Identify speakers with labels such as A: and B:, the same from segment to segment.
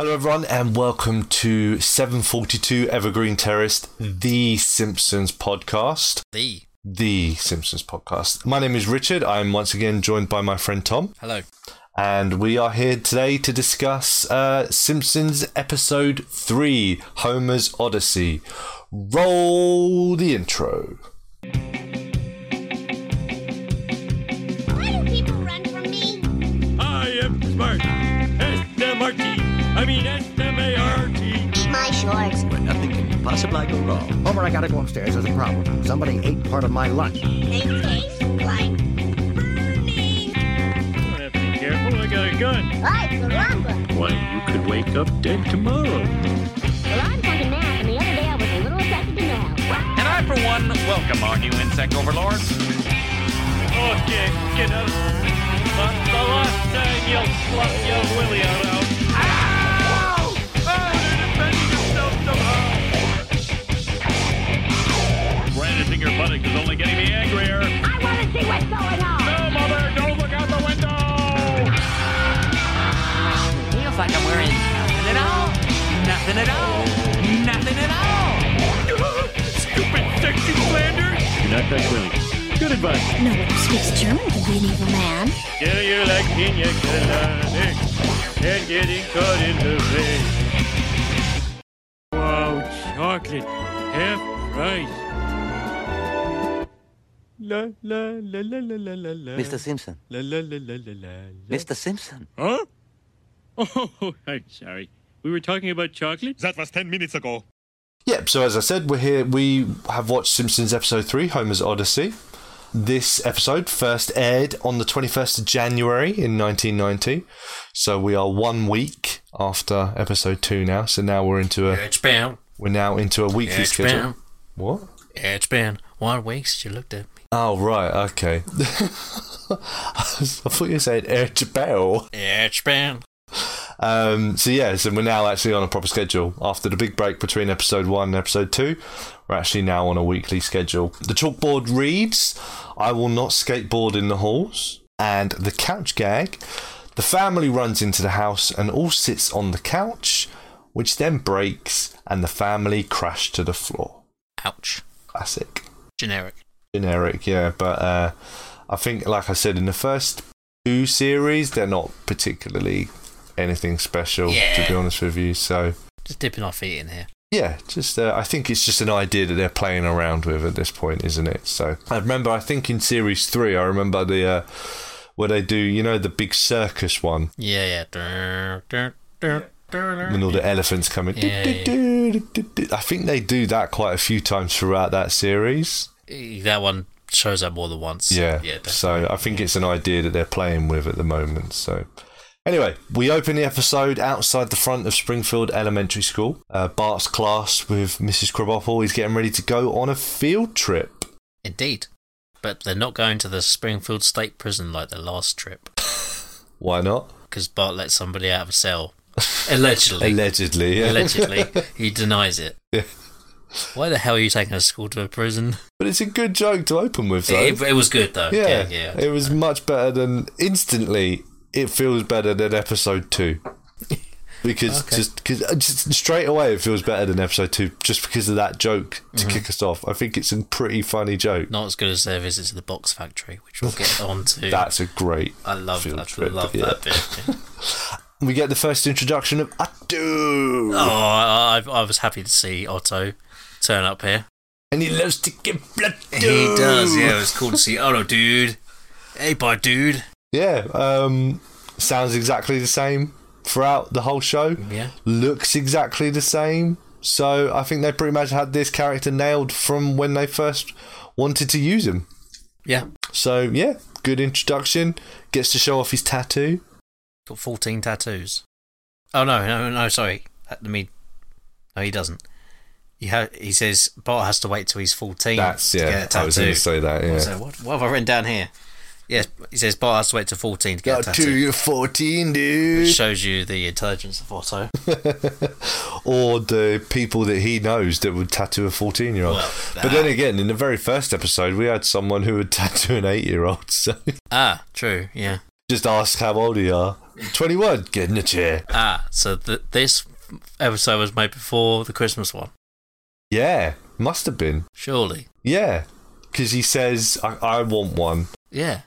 A: Hello, everyone, and welcome to 742 Evergreen Terrace, the Simpsons podcast.
B: The
A: The Simpsons podcast. My name is Richard. I'm once again joined by my friend Tom,
B: hello.
A: and we are here today to discuss uh, Simpsons episode 3 Homer's Odyssey. Roll the intro.
C: Why do people run from me?
D: I am smart. S-M-R-T. I mean S-M-A-R-T.
C: My shorts.
E: where nothing can possibly go wrong.
F: Homer, I gotta go upstairs. There's a problem. Somebody ate part of my lunch.
C: They taste like burning.
D: I'm gonna have to be careful. I got a gun.
C: Ay, caramba.
D: Why, you could wake up dead tomorrow.
C: Well, I'm taking a nap, and the other day I was a little affected to know.
G: And I, for one, welcome our new insect overlord.
D: Okay, get up. Not the last time you'll flop your willy out. out. Brandishing your buttocks is only getting me angrier.
C: I want to see what's going on.
D: No, mother, don't look out the window!
G: Feels like I'm wearing nothing at all. Nothing at all. Nothing at all.
D: Stupid sexy Flanders! Do not touch Willie. Good advice.
H: No one who speaks German can be an evil man.
D: Do you like pina coladas and getting caught in the rain? Wow, chocolate, half price. La la la la la la la la.
E: Mr. Simpson.
D: La la la la la la. la.
E: Mr. Simpson.
D: Huh? Oh, I'm sorry. We were talking about chocolate.
I: That was 10 minutes ago.
A: Yep, so as I said, we're here. We have watched Simpsons episode 3, Homer's Odyssey. This episode first aired on the 21st of January in 1990. So we are one week after episode 2 now. So now we're into a
B: It's been,
A: we're now into a weekly
B: it's
A: Uh, schedule.
B: been,
A: What?
B: it's been one week since you looked at me.
A: Oh right, okay. I was- I thought you said Air Bell.
B: It's been.
A: Um, so yeah, so we're now actually on a proper schedule. After the big break between episode one and episode two, we're actually now on a weekly schedule. The chalkboard reads, "I will not skateboard in the halls," and the couch gag. The family runs into the house and all sits on the couch, which then breaks, and the family crash to the floor.
B: Ouch.
A: Classic
B: Generic.
A: generic, yeah. But uh, I think, like I said, in the first two series, they're not particularly anything special, to be honest with you. So,
B: Just dipping our feet in here.
A: yeah, just uh, I think it's just an idea that they're playing around with at this point, isn't it? So, I remember, I think in series three, I remember the uh, where they do, you know, the big circus one
B: Yeah, yeah. Durr, durr, durr, durr.
A: and all the elephants coming.
B: Mm. Yeah, yeah,
A: I think they do that quite a few times throughout that series.
B: Eh, That one shows up more than once.
A: Yeah.
B: Yeah. that-
A: so I think it's an idea that they're playing with at the moment. So anyway, we open the episode outside the front of Springfield Elementary School. Uh, Bart's class with Mrs. Krabappel is getting ready to go on a field trip.
B: Indeed. But they're not going to the Springfield State Prison like the last trip
A: Why not?
B: because Bart let somebody out of a cell. Allegedly.
A: Allegedly. yeah.
B: Allegedly. He denies it.
A: Yeah.
B: Why the hell are you taking a school to a prison?
A: but it's a good joke to open with, though.
B: It, it was good though.
A: yeah,
B: Yeah.
A: It was much better than instantly. It feels better than episode two. Because
B: Okay.
A: just, cause, uh, just straight away it feels better than episode two just because of that joke to
B: Mm-hmm.
A: kick us off. I think it's a pretty funny joke.
B: Not as good as their visit to the box factory, which we'll get on to.
A: That's a great.
B: I love,
A: field
B: I
A: trip,
B: love
A: yeah.
B: that bit.
A: We get the first introduction of Atu,
B: oh, I, I I was happy to see Otto turn up here.
A: and he loves to give blood.
B: He does, yeah. It was cool to see Otto, dude. Hey, bye, dude.
A: Yeah, um, sounds exactly the same throughout the whole show.
B: Yeah.
A: looks exactly the same. So I think they pretty much had this character nailed from when they first wanted to use him.
B: Yeah.
A: So yeah, good introduction. Gets to show off his tattoo.
B: Got 14 tattoos. Oh, no, no, no, sorry. I mean, no, he doesn't. He, ha- he says Bart has to wait till he's 14
A: That's
B: to
A: yeah.
B: get a
A: I was going
B: tattoo.
A: to say that. Yeah.
B: So what, what have I written down here? Yes, he says Bart has to wait till 14 to get a
A: Got
B: tattoo.
A: to you're 14, dude.
B: Which shows you the intelligence of Otto.
A: or the people that he knows that would tattoo a 14 year old.
B: Well,
A: but then again, in the very first episode, we had someone who would tattoo an 8 year old. So
B: ah, true, yeah.
A: just ask how old you are. Twenty word. Get in the chair.
B: Ah, so th- this episode was made before the Christmas one,
A: Yeah, must have been.
B: surely.
A: Yeah, because he says I, I want one.
B: Yeah.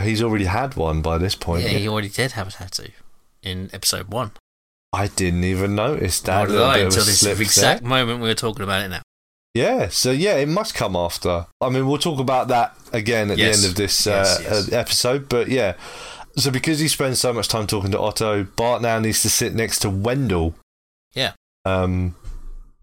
A: He's already had one by this point.
B: Yeah, he already did have a tattoo in episode one.
A: I didn't even notice
B: Nor
A: that.
B: did
A: little
B: I
A: bit of a
B: until this
A: slip there.
B: exact moment we were talking about it now.
A: Yeah, so yeah, it must come after. I mean, we'll talk about that again at
B: Yes.
A: the end of this
B: Yes,
A: uh,
B: yes.
A: uh, episode, but yeah. So because he spends so much time talking to Otto, Bart now needs to sit next to Wendell.
B: Yeah.
A: Um,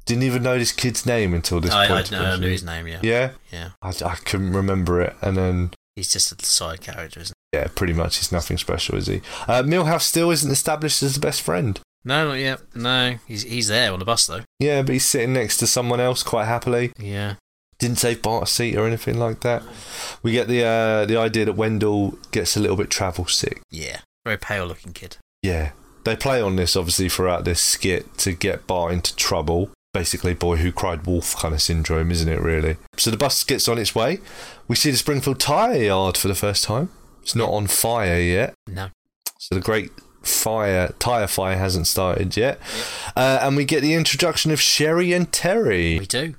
A: didn't even know this kid's name until this
B: I, I,
A: point.
B: know- I knew his name, yeah.
A: Yeah,
B: Yeah.
A: I, I couldn't remember it, and then
B: He's just a side character, isn't
A: yeah, pretty much he's nothing special, is he? Uh, Millhouse still isn't established as the best friend.
B: he? No, not yet. No, he's, he's there on the bus, though.
A: Yeah, but he's sitting next to someone else quite happily.
B: Yeah.
A: didn't save Bart a seat or anything like that. We get the uh, the idea that Wendell gets a little bit travel sick.
B: Yeah. Very pale looking kid.
A: Yeah, they play on this obviously throughout this skit to get Bart into trouble. Basically, boy who cried wolf kind of syndrome, isn't it? Really. So the bus gets on its way. We see the Springfield Tire Yard for the first time. It's not on fire yet.
B: No.
A: So the great fire tire fire hasn't started yet, uh, and we get the introduction of Sherry and Terry.
B: We do.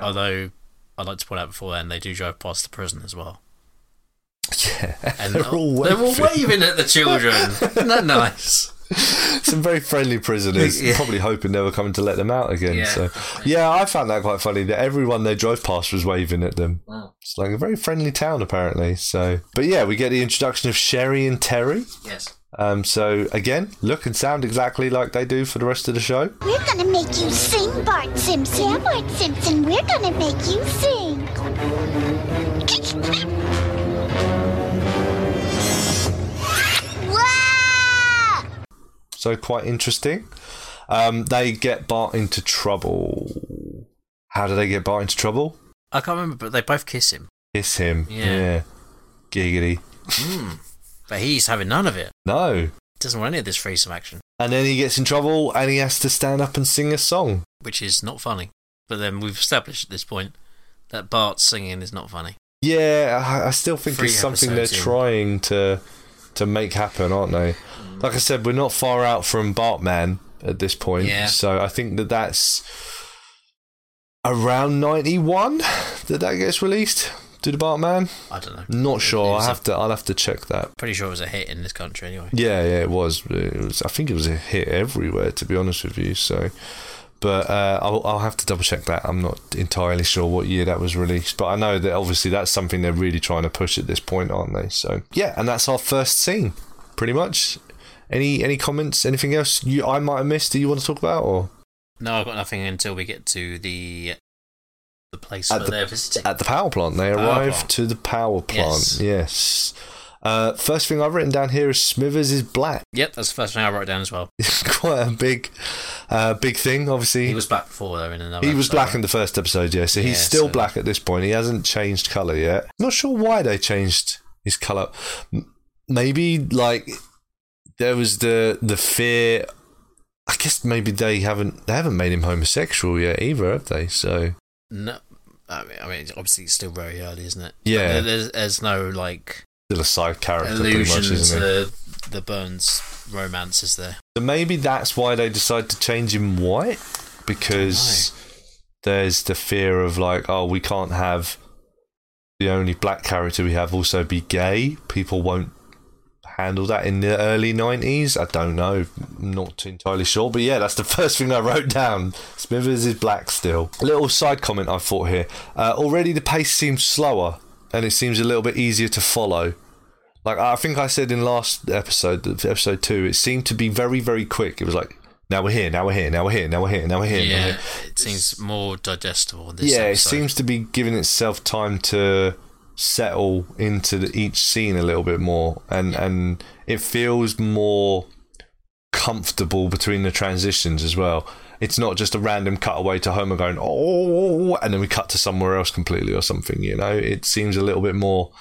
B: Although, I'd like to point out before then, they do drive past the prison as well.
A: Yeah,
B: And
A: they're all
B: they're all
A: waving.
B: waving at the children. Isn't that nice?
A: some very friendly prisoners,
B: Yeah.
A: probably hoping they were coming to let them out again.
B: Yeah.
A: So, yeah, I found that quite funny that everyone they drove past was waving at them. It's like a very friendly town, apparently. So, but yeah, we get the introduction of Sherry and Terry.
B: Yes.
A: Um, so again, look and sound exactly like they do for the rest of the show.
H: We're gonna make you sing, Bart Simpson. Bart Simpson, we're gonna make you sing. Wah!
A: So quite interesting. Um, they get Bart into trouble. How do they get Bart into trouble?
B: I can't remember, but they both kiss him.
A: Kiss him.
B: Yeah.
A: Giggity.
B: But he's having none of it.
A: No.
B: Doesn't want any of this threesome action,
A: And then he gets in trouble and he has to stand up and sing a song.
B: which is not funny. But then we've established at this point that Bart singing is not funny.
A: Yeah, I, I still think
B: Three
A: it's something they're
B: episodes in.
A: trying to to make happen, aren't they? Like I said, we're not far out from Bartman at this point,
B: Yeah.
A: so I think that that's around ninety one that that gets released. Do the Bartman?
B: I don't know.
A: Not
B: It
A: sure. I
B: was a-
A: have to. I'll have to check that.
B: Pretty sure it was a hit in this country anyway.
A: Yeah, yeah, it was. It was I think it was a hit everywhere, to be honest with you. So, but uh, I'll, I'll have to double check that. I'm not entirely sure what year that was released, but I know that obviously that's something they're really trying to push at this point, aren't they? So, yeah, and that's our first scene, pretty much. Any any comments? Anything else you I might have missed that you want to talk about, or
B: No, I've got nothing until we get to the the place
A: At
B: where
A: the-
B: they're visiting.
A: at the power plant? They
B: Power
A: arrive
B: plant.
A: to the power plant. Yes.
B: Yes.
A: Uh, first thing I've written down here is Smithers is black.
B: yep, that's the first thing I wrote down as well.
A: Quite a big, uh, big thing, obviously.
B: He was black before though in another.
A: He was
B: episode,
A: black
B: right?
A: in the first episode, yeah. So he's
B: Oh, Yeah,
A: still
B: so-
A: black at this point. He hasn't changed color yet. Not sure why they changed his color. Maybe like there was the the fear. I guess maybe they haven't they haven't made him homosexual yet either, have they? So
B: No, I mean, I mean, obviously it's still very early, isn't it?
A: Yeah.
B: There- There's, there's no like
A: still a side character, pretty
B: allusion
A: much, isn't he?
B: to the Burns romance, is there?
A: So maybe that's why they decided to change him white because there's the fear of like, oh, we can't have the only black character we have also be gay. People won't handle that in the early 90s. I don't know, I'm not entirely sure, but yeah, that's the first thing I wrote down. Smithers is black still. A little side comment I thought here. Uh, already the pace seems slower and it seems a little bit easier to follow. Like I think I said in last episode, that- episode two, it seemed to be very, very quick. It was like, now we're here, now we're here, now we're here, now we're here, now we're here. now we're
B: Yeah,
A: here.
B: it seems more digestible. in This
A: Yeah, it
B: episode.
A: seems to be giving itself time to settle into the, each scene a little bit more, and and it feels more comfortable between the transitions as well. It's not just a random cutaway to Homer going oh, and then we cut to somewhere else completely or something. You know, it seems a little bit more.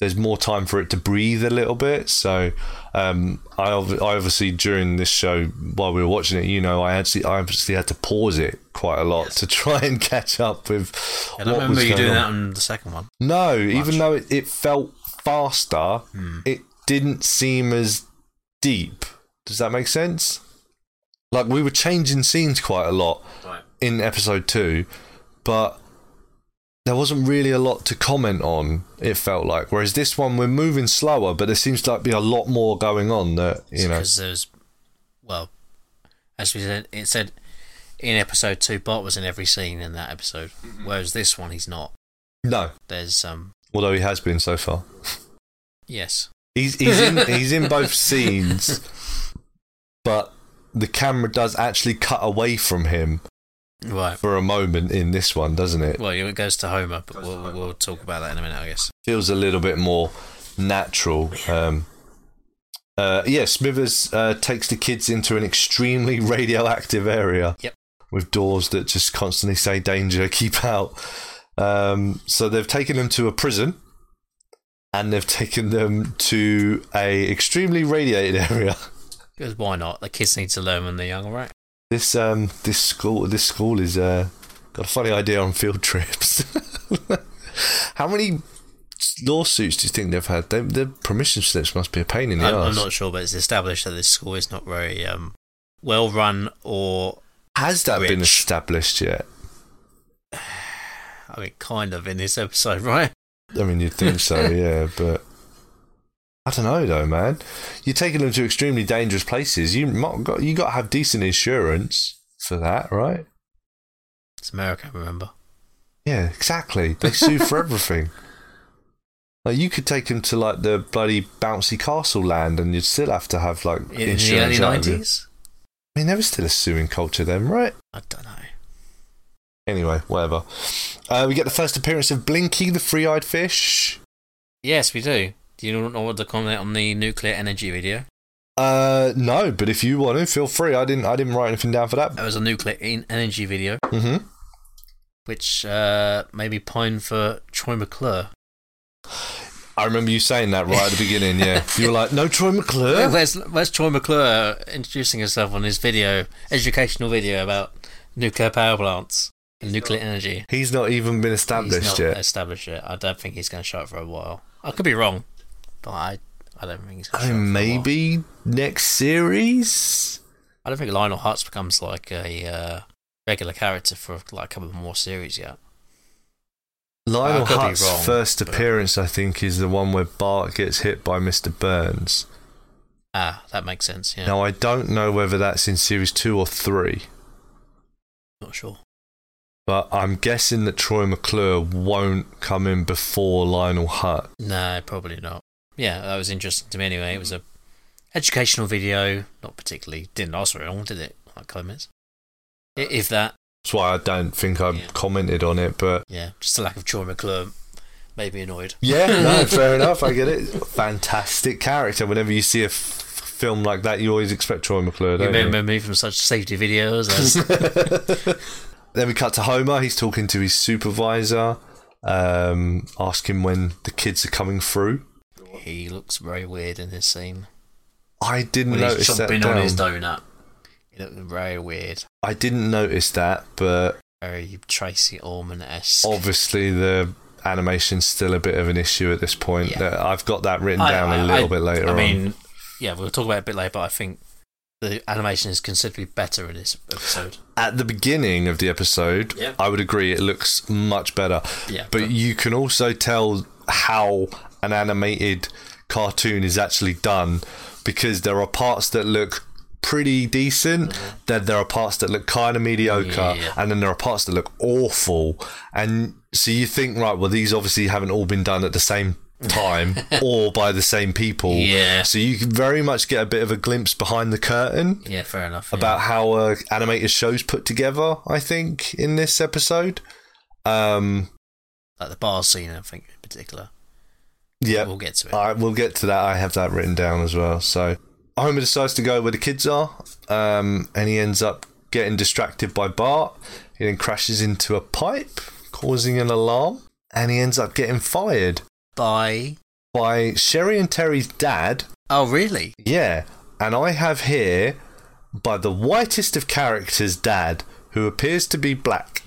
A: There's more time for it to breathe a little bit. So, um, I, ob- I obviously during this show while we were watching it, you know, I actually I obviously had to pause it quite a lot to try and catch up with.
B: I don't
A: what was
B: remember you
A: going
B: doing
A: on.
B: that on the second one.
A: No, even though it, it felt faster, it didn't seem as deep. Does that make sense? Like we were changing scenes quite a lot in episode two, but there wasn't really a lot to comment on. It felt like, whereas this one we're moving slower, but there seems to like be a lot more going on that you know.
B: because there's well, as we said, it said in episode two, Bart was in every scene in that episode, whereas this one he's not.
A: No,
B: There's um,
A: although he has been so far.
B: yes,
A: He's he's in he's in both scenes, but the camera does actually cut away from him
B: right.
A: for a moment in this one, doesn't it?
B: Well, it goes to Homer, but we'll, we'll talk about that in a minute, I guess.
A: feels a little bit more natural. Um, uh, yeah, Smithers uh, takes the kids into an extremely radioactive area.
B: Yep.
A: With doors that just constantly say danger, keep out. Um, so they've taken them to a prison and they've taken them to a extremely radiated area.
B: Because why not? The kids need to learn when they're young, all right?
A: This um this school this school is uh got a funny idea on field trips. How many lawsuits do you think they've had? They, their permission slips must be a pain in the
B: I'm, I'm
A: ass.
B: not sure, but it's established that this school is not very um, well run, or
A: Has that been
B: rich.
A: established yet?
B: I mean, kind of in this episode, right?
A: I mean, you'd think so, yeah, but I don't know though, man. You're taking them to extremely dangerous places. You might got you got to have decent insurance for that, right?
B: It's America, remember?
A: Yeah, exactly. They sue for everything. Like you could take him to like the bloody bouncy castle land, and you'd still have to have like
B: In, in the
A: insurance
B: early
A: out of it.
B: nineties.
A: I mean, there was still a suing culture then, right?
B: I don't know.
A: Anyway, whatever. Uh, we get the first appearance of Blinky, the free-eyed fish.
B: Yes, we do. Do you not want to comment on the nuclear energy video?
A: Uh, no, but if you want to, feel free. I didn't. I didn't write anything down for that.
B: That was a nuclear en- energy video,
A: Mm-hmm.
B: which uh, maybe pine for Troy McClure.
A: I remember you saying that right at the beginning. Yeah, you were like, "No, Troy
B: Where-
A: McClure."
B: Where's, where's Troy McClure introducing herself on his video, educational video about nuclear power plants and nuclear energy?
A: He's not even been
B: He's
A: established
B: not
A: yet.
B: established yet. I don't think he's going to show it for a while. I could be wrong, but I, I don't think he's going to
A: I
B: show it. for a
A: mean,
B: while.
A: maybe next series.
B: I don't think Lionel Hutz becomes like a uh, regular character for like a couple of more series yet.
A: Lionel
B: I could be
A: Hutt's
B: wrong,
A: Uh, first
B: but-
A: appearance, I think, is the one where Bart gets hit by Mr. Burns.
B: Ah, that makes sense. Yeah,
A: Now, I don't know whether that's in series two or three,
B: not sure.
A: but I'm guessing that Troy McClure won't come in before Lionel Hutt.
B: No, probably not. Yeah, that was interesting to me anyway. It was a educational video, not particularly. Didn't last very long, did it? Like comments, I- if that.
A: That's why I don't think I
B: Yeah.
A: commented on it, but
B: Yeah, just the lack of Troy McClure made me annoyed.
A: yeah, no, fair enough. I get it. Fantastic character. Whenever you see a f- film like that, you always expect Troy McClure,
B: You
A: don't you?
B: remember me from such safety videos as
A: Then we cut to Homer. He's talking to his supervisor, um, asking when the kids are coming through.
B: he looks very weird in this scene
A: I didn't
B: when he's
A: notice that.
B: chomping
A: down.
B: on his donut. He looked very weird,
A: I didn't notice that, but
B: very Tracy Orman esque.
A: obviously the animation's still a bit of an issue at this point.
B: Yeah.
A: That- I've got that written down a little bit later
B: I
A: on.
B: mean, yeah, we'll talk about it a bit later, but I think the animation is considerably better in this episode.
A: at the beginning of the episode,
B: Yeah.
A: I would agree it looks much better.
B: Yeah,
A: but
B: but-
A: you can also tell how an animated cartoon is actually done because there are parts that look pretty decent, then there are parts that look kind of mediocre,
B: Mm-hmm. Yeah.
A: and then there are parts that look awful. And so you think, right, well, these obviously haven't all been done at the same time or by the same people.
B: Yeah.
A: So you can very much get a bit of a glimpse behind the curtain
B: Yeah, fair enough. yeah.
A: about how uh, animated shows put together. I think in this episode, um,
B: like the bar scene, I think in particular.
A: yeah,
B: We'll get to it.
A: I, we'll get to that. I have that written down as well. So Homer decides to go where the kids are, um, and he ends up getting distracted by Bart. He then crashes into a pipe, causing an alarm, and he ends up getting fired
B: By
A: by Sherry and Terry's dad.
B: oh, really?
A: Yeah, and I have here by the whitest of characters, dad, who appears to be black.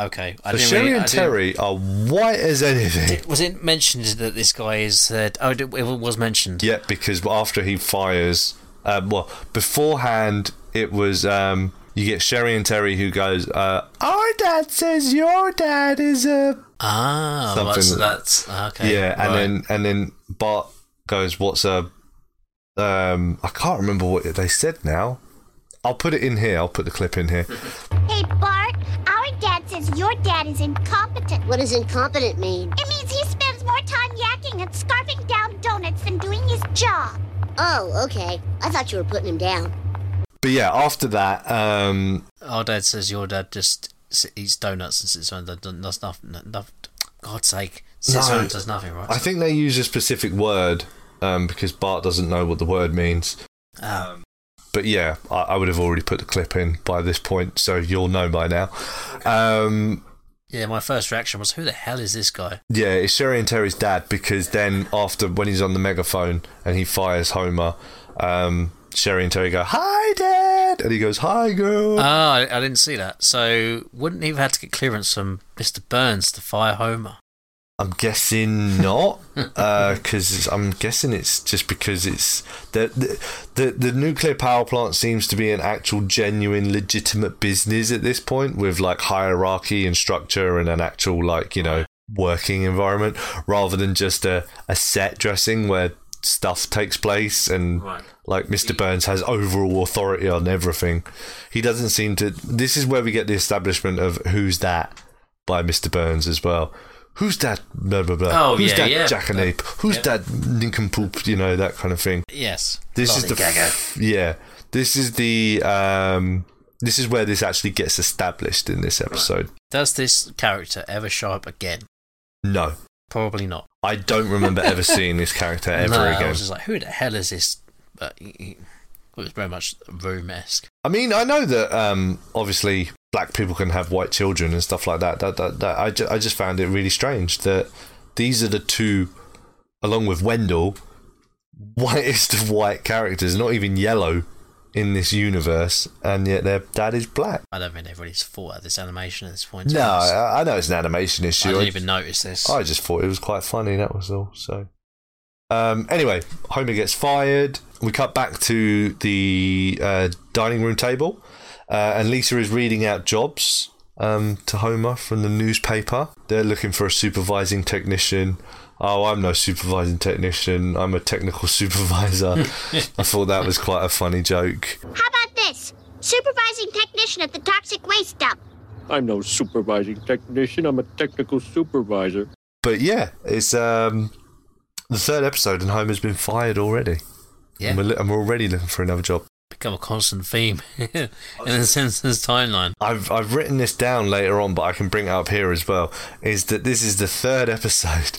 B: Okay. I
A: So
B: didn't
A: Sherry
B: really- I
A: and
B: didn't-
A: Terry are white as anything.
B: Did- was it mentioned that this guy is said? Oh, it it was mentioned.
A: Yeah, because after he fires, um, well, beforehand it was um, you get Sherry and Terry who goes, uh, "Our dad says your dad is a
B: Ah, well,
A: Something
B: so
A: that-
B: that's ah, okay.
A: yeah," and
B: right.
A: then and then Bart goes, "What's a?" Um, I can't remember what they said now. I'll put it in here. I'll put the clip in here.
H: Hey, Bart, our dad says your dad is incompetent.
I: What does incompetent mean?
H: It means he spends more time yakking and scarfing down donuts than doing his job.
I: Oh, okay. I thought you were putting him down.
A: But yeah, after that, um,
B: our dad says your dad just s- eats donuts and sits around and does- does nothing. no- no- God's sake, sits
A: No.
B: around and does nothing, right?
A: I think they use a specific word um, because Bart doesn't know what the word means.
B: Um,
A: but yeah, I, I would have already put the clip in by this point, so you'll know by now. Um,
B: yeah, my first reaction was, "Who the hell is this guy?"
A: yeah, it's Sherry and Terry's dad because then after when he's on the megaphone and he fires Homer, um, Sherry and Terry go, "Hi, Dad," and he goes, "Hi, girl."
B: Ah, I, I didn't see that. So, wouldn't he have had to get clearance from Mister Burns to fire Homer?
A: I'm guessing not, because I'm guessing it's just because it's the, the the the nuclear power plant seems to be an actual, genuine, legitimate business at this point, with like hierarchy and structure and an actual like you know working environment, rather than just a a set dressing where stuff takes place and like Mr. Burns has overall authority on everything. He doesn't seem to. This is where we get the establishment of who's that by Mr. Burns as well. Who's that? Blah blah blah.
B: Oh,
A: Who's
B: yeah,
A: that
B: yeah.
A: jackanape? Who's that nincompoop? You know that kind of thing.
B: Yes.
A: This is the f- yeah. This is the um. This is where this actually gets established in this episode.
B: Does this character ever show up again?
A: No,
B: Probably not.
A: I don't remember ever seeing this character ever
B: no, I
A: again.
B: was just like, "Who the hell is this?" But he- he- it was very much room esque.
A: I mean, I know that um, obviously black people can have white children and stuff like that. That that, that I, ju- I just found it really strange that these are the two, along with Wendell, whitest of white characters, not even yellow, in this universe, and yet their dad is black.
B: I don't think they've really thought of this animation at this point. to be
A: No,
B: honest.
A: I, I know it's an animation
B: I
A: issue.
B: didn't
A: I,
B: even notice this.
A: I just thought it was quite funny. That was all. So, um, anyway, Homer gets fired. We cut back to the uh, dining room table, uh, and Lisa is reading out jobs um, to Homer from the newspaper. They're looking for a supervising technician. Oh, I'm no supervising technician. I'm a technical supervisor. I thought that was quite a funny joke.
H: How about this? Supervising technician at the toxic waste dump.
D: I'm no supervising technician. I'm a technical supervisor.
A: But yeah, it's um, the third episode, and Homer's been fired already.
B: yeah,
A: And, we're, li- and we're already looking for another job.
B: become a constant theme in the Simpsons timeline.
A: I've I've written this down later on, but I can bring it up here as well. Is that this is the third episode,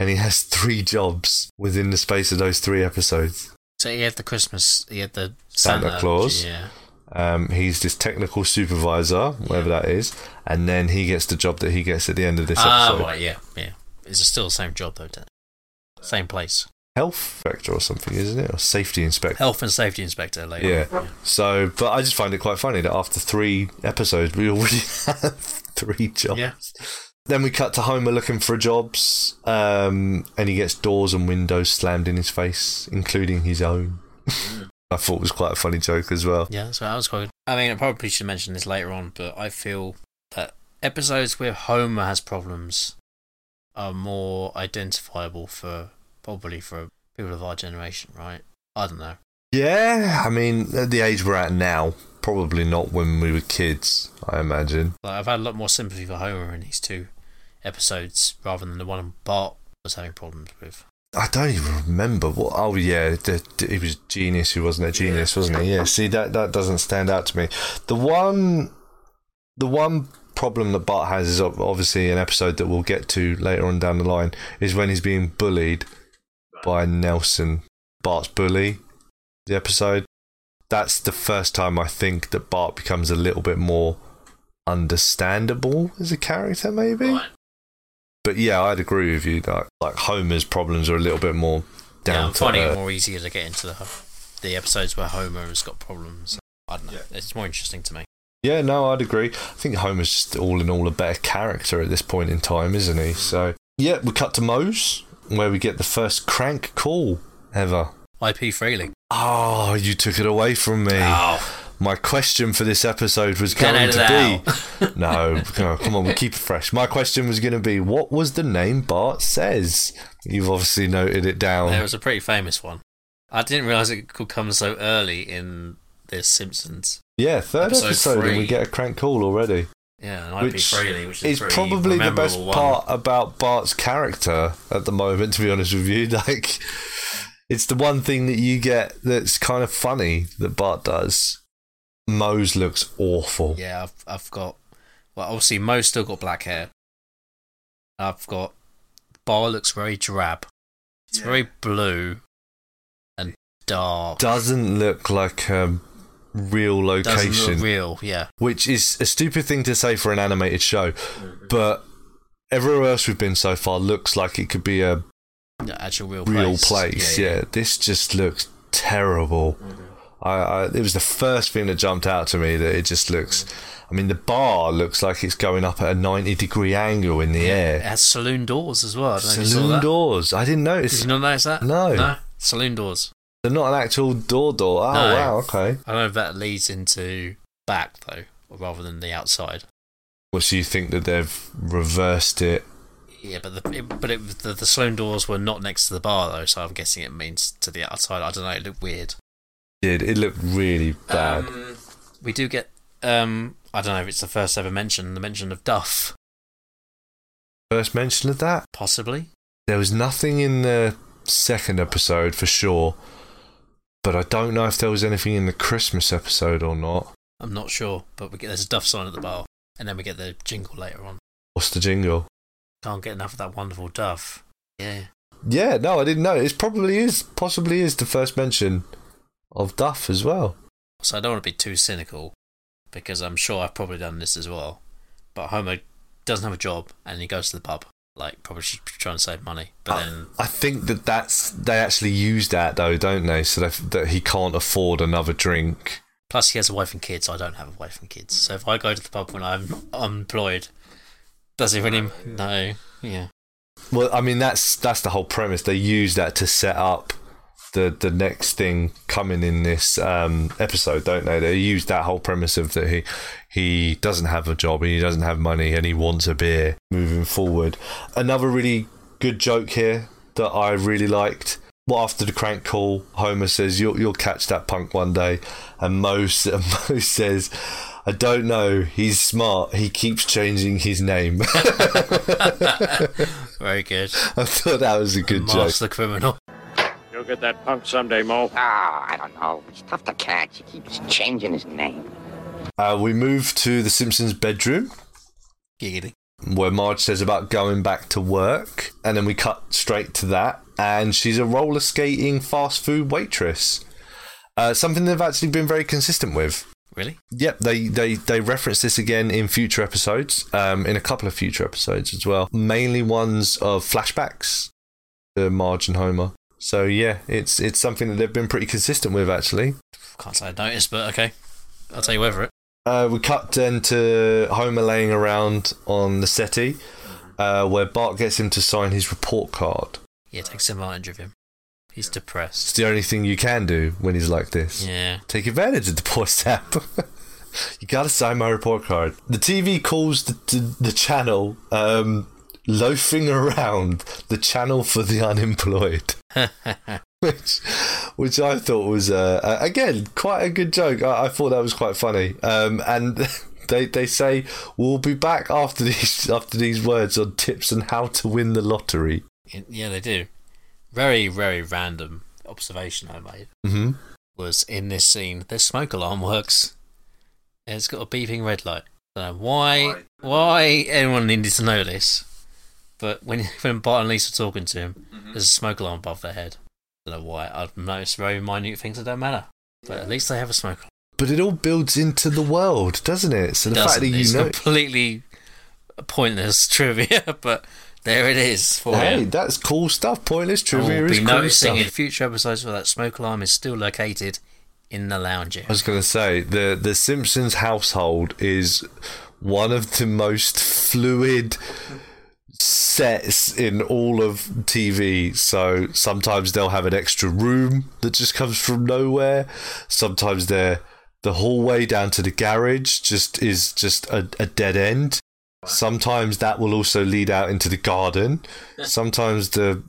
A: and he has three jobs within the space of those three episodes.
B: So he had the Christmas, he had the
A: Santa
B: Santa,
A: Claus.
B: Yeah,
A: Um, he's this technical supervisor, whatever that is, and then he gets the job that he gets at the end of this
B: ah,
A: episode,
B: right, yeah, yeah. It's still the same job though, isn't it? same place.
A: health inspector or something, isn't it, or safety inspector?
B: Health and safety inspector later.
A: Yeah. So, but I just find it quite funny that after three episodes, we already have three jobs.
B: yeah.
A: Then we cut to Homer looking for jobs, um, and he gets doors and windows slammed in his face, including his own. I thought was quite a funny joke as well.
B: Yeah, so that was quite. I mean, I probably should mention this later on, but I feel that episodes where Homer has problems are more identifiable for probably for people of our generation, right? I don't know.
A: Yeah, I mean, at the age we're at now, probably not when we were kids, I imagine.
B: Like, I've had a lot more sympathy for Homer in these two episodes rather than the one Bart was having problems with.
A: I don't even remember what. Oh yeah, the, the- he was a genius. He wasn't a genius, wasn't he? Yeah. See, that that doesn't stand out to me. The one, the one problem that Bart has is ob- obviously an episode that we'll get to later on down the line is when he's being bullied by Nelson, Bart's bully. The episode. That's the first time I think that Bart becomes a little bit more understandable as a character, maybe but yeah, I'd agree with you that like Homer's problems are a little bit more
B: yeah,
A: down
B: I'm
A: to
B: finding it
A: earth.
B: more easier to get into the the episodes where Homer has got problems. I don't know. It's more interesting to me.
A: Yeah, no, I'd agree. I think Homer's just all in all a better character at this point in time, isn't he? So, yeah, we cut to Moe's, where we get the first crank call ever.
B: IP freely.
A: Oh, you took it away from me.
B: Ah. Oh.
A: My question for this episode was
B: Can't
A: going
B: edit
A: to
B: that
A: be no, no, come on, we keep it fresh. My question was going to be, what was the name Bart says? You've obviously noted it down.
B: There was a pretty famous one. I didn't realize it could come so early in the Simpsons.
A: yeah, third
B: Episode
A: episode, and we
B: three.
A: get a crank call already.
B: Yeah, and IP freely, which is a pretty
A: probably the
B: memorable
A: best
B: one.
A: part about Bart's character at the moment. To be honest with you, like it's the one thing that you get that's kind of funny that Bart does. Mose looks awful.
B: Yeah, I've, I've got. Well, obviously, Mo's still got black hair. I've got. Bar looks very drab. It's very blue and dark.
A: Doesn't look like a real
B: Doesn't
A: location,
B: look real, yeah.
A: which is a stupid thing to say for an animated show, but everywhere else we've been so far looks like it could be a
B: The Actual real place.
A: real place. Yeah, this just looks terrible. I, I it was the first thing that jumped out to me that it just looks. I mean, the bar looks like it's going up at a ninety degree angle in the
B: It
A: air.
B: has saloon doors as well. I don't know if you saw
A: Saloon
B: that.
A: doors. I didn't
B: Did
A: notice.
B: you not notice that?
A: No.
B: No. Saloon doors.
A: They're not an actual door door. Oh
B: No.
A: wow, okay.
B: I don't know if that leads into back though, rather than the outside.
A: Well, so you think that they've reversed it?
B: Yeah, but the it, but it, the, the saloon doors were not next to the bar though, so I'm guessing it means to the outside. I don't know. It looked weird.
A: Did it looked really bad?
B: Um, we do get um I don't know if it's the first ever mention the mention of Duff
A: First mention of that.
B: possibly.
A: There was nothing in the second episode for sure, but I don't know if there was anything in the Christmas episode or not.
B: I'm not sure, but we get there's a Duff sign at the bar, and then we get the jingle later on.
A: What's the jingle?
B: Can't get enough of that wonderful Duff. Yeah.
A: Yeah, no, I didn't know. It probably is, possibly is the first mention of Duff as well.
B: So I don't want to be too cynical because I'm sure I've probably done this as well. But Homer doesn't have a job and he goes to the pub, like probably sh- trying to save money. But then
A: I think that that's they actually use that though, don't they? So that, that he can't afford another drink.
B: plus he has a wife and kids. I don't have a wife and kids, so if I go to the pub when I'm unemployed, does it really? No, yeah,
A: Well, I mean that's that's the whole premise. They use that to set up the the next thing coming in this um, episode, don't they? They use that whole premise of that he he doesn't have a job, he doesn't have money, and he wants a beer. Moving forward, another really good joke here that I really liked. Well, after the crank call, Homer says, "You'll you'll catch that punk one day," and Mo, s- Mo says. I don't know. He's smart. He keeps changing his name.
B: very good.
A: I thought that was a good joke.
B: Master the criminal.
D: You'll get that punk someday, Mo.
J: Ah, I don't know. It's tough to catch. He keeps changing his name.
A: Uh, we move to the Simpsons' bedroom
B: Giggity.
A: where Marge says about going back to work, and then we cut straight to that, and she's a roller skating fast food waitress. Uh, something they've actually been very consistent with.
B: Really?
A: Yep, they, they, they reference this again in future episodes, um, in a couple of future episodes as well, mainly ones of flashbacks to Marge and Homer. So yeah, it's it's something that they've been pretty consistent with actually.
B: Can't say I noticed, but okay, I'll take you over it.
A: Uh, we cut then to Homer laying around on the settee, uh, where Bart gets him to sign his report card.
B: Yeah, takes advantage of him. He's
A: It's
B: depressed.
A: the only thing you can do when he's like this.
B: Yeah.
A: Take advantage of the poor sap. you gotta sign my report card. The TV calls the, the, the channel um, loafing around the channel for the unemployed. which which I thought was uh, uh, again quite a good joke. I, I thought that was quite funny. Um, and they they say we'll be back after these after these words on tips on how to win the lottery.
B: Yeah, they do. Very, very random observation I made
A: Mm-hmm.
B: was in this scene, this smoke alarm works. and It's got a beeping red light. I don't know why, why anyone needed to know this, but when when Bart and Lisa are talking to him, there's a smoke alarm above their head. I don't know why. I've noticed very minute things that don't matter, but at least they have a smoke alarm.
A: But it all builds into the world, doesn't it? So the fact
B: Doesn't
A: that
B: it?
A: you
B: it's
A: know.
B: completely pointless trivia, but there it is for you.
A: Hey, that's cool stuff. Pointless
B: I
A: trivia
B: will
A: is
B: be
A: cool
B: noticing in
A: stuff.
B: future episodes where that smoke alarm is still located in the lounger.
A: I was going to say the the Simpsons household is one of the most fluid sets in all of TV. So sometimes they'll have an extra room that just comes from nowhere. Sometimes they're the hallway down to the garage just is just a, a dead end. Sometimes that will also lead out into the garden. Sometimes the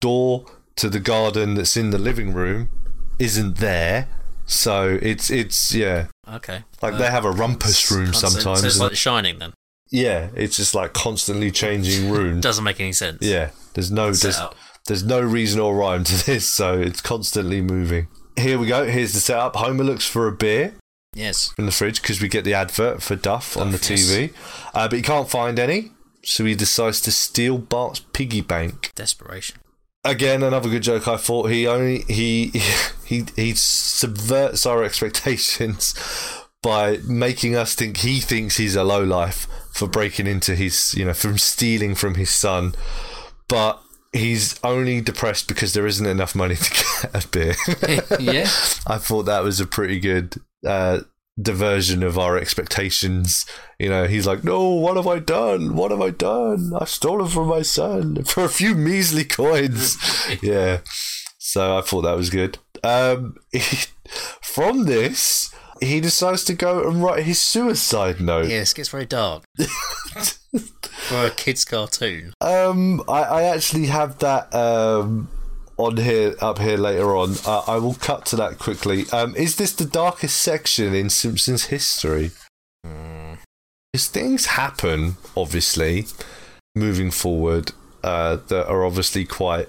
A: door to the garden that's in the living room isn't there. So it's it's yeah.
B: Okay.
A: Like they have a rumpus room
B: That's it.
A: sometimes.
B: So it's
A: and-
B: like The Shining then.
A: yeah, it's just like constantly changing rooms.
B: Doesn't make any sense.
A: Yeah, there's no
B: Set
A: there's,
B: up.
A: there's no reason or rhyme to this, so it's constantly moving. Here we go. Here's the setup. Homer looks for a beer
B: Yes.
A: in the fridge because we get the advert for Duff, on the
B: Duff, yes.
A: TV, uh, but he can't find any, so he decides to steal Bart's piggy bank.
B: Desperation.
A: Again, another good joke. I thought he only he he he subverts our expectations by making us think he thinks he's a lowlife for breaking into his you know from stealing from his son, but. He's only depressed because there isn't enough money to get a beer.
B: yeah.
A: I thought that was a pretty good uh, diversion of our expectations. You know, he's like, "No, what have I done? What have I done? I've stolen from my son for a few measly coins." yeah, so I thought that was good. Um, from this, he decides to go and write his suicide note.
B: Yes, it gets very dark. For a kid's cartoon.
A: Um, I, I actually have that um, on here up here later on. Uh, I will cut to that quickly. Um, is this the darkest section in Simpsons history? Because things happen, obviously, moving forward uh, that are obviously quite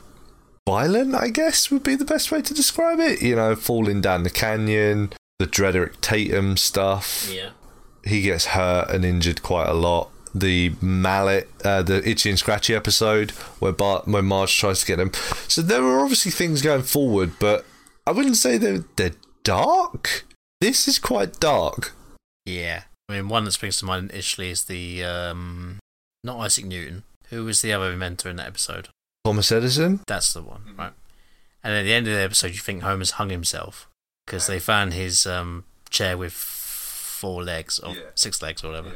A: violent. I guess would be the best way to describe it. You know, falling down the canyon, the Drederick Tatum stuff
B: Yeah.
A: he gets hurt and injured quite a lot. The mallet, uh, the itchy and scratchy episode where Bart, where Marge tries to get him. So there were obviously things going forward, but I wouldn't say they're they're dark. This is quite dark.
B: Yeah. I mean, one that springs to mind initially is the, um, not Isaac Newton. Who was the other inventor in that episode?
A: Thomas Edison.
B: That's the one, right? And at the end of the episode, you think Homer's hung himself because they found his um, chair with four legs or six legs or whatever.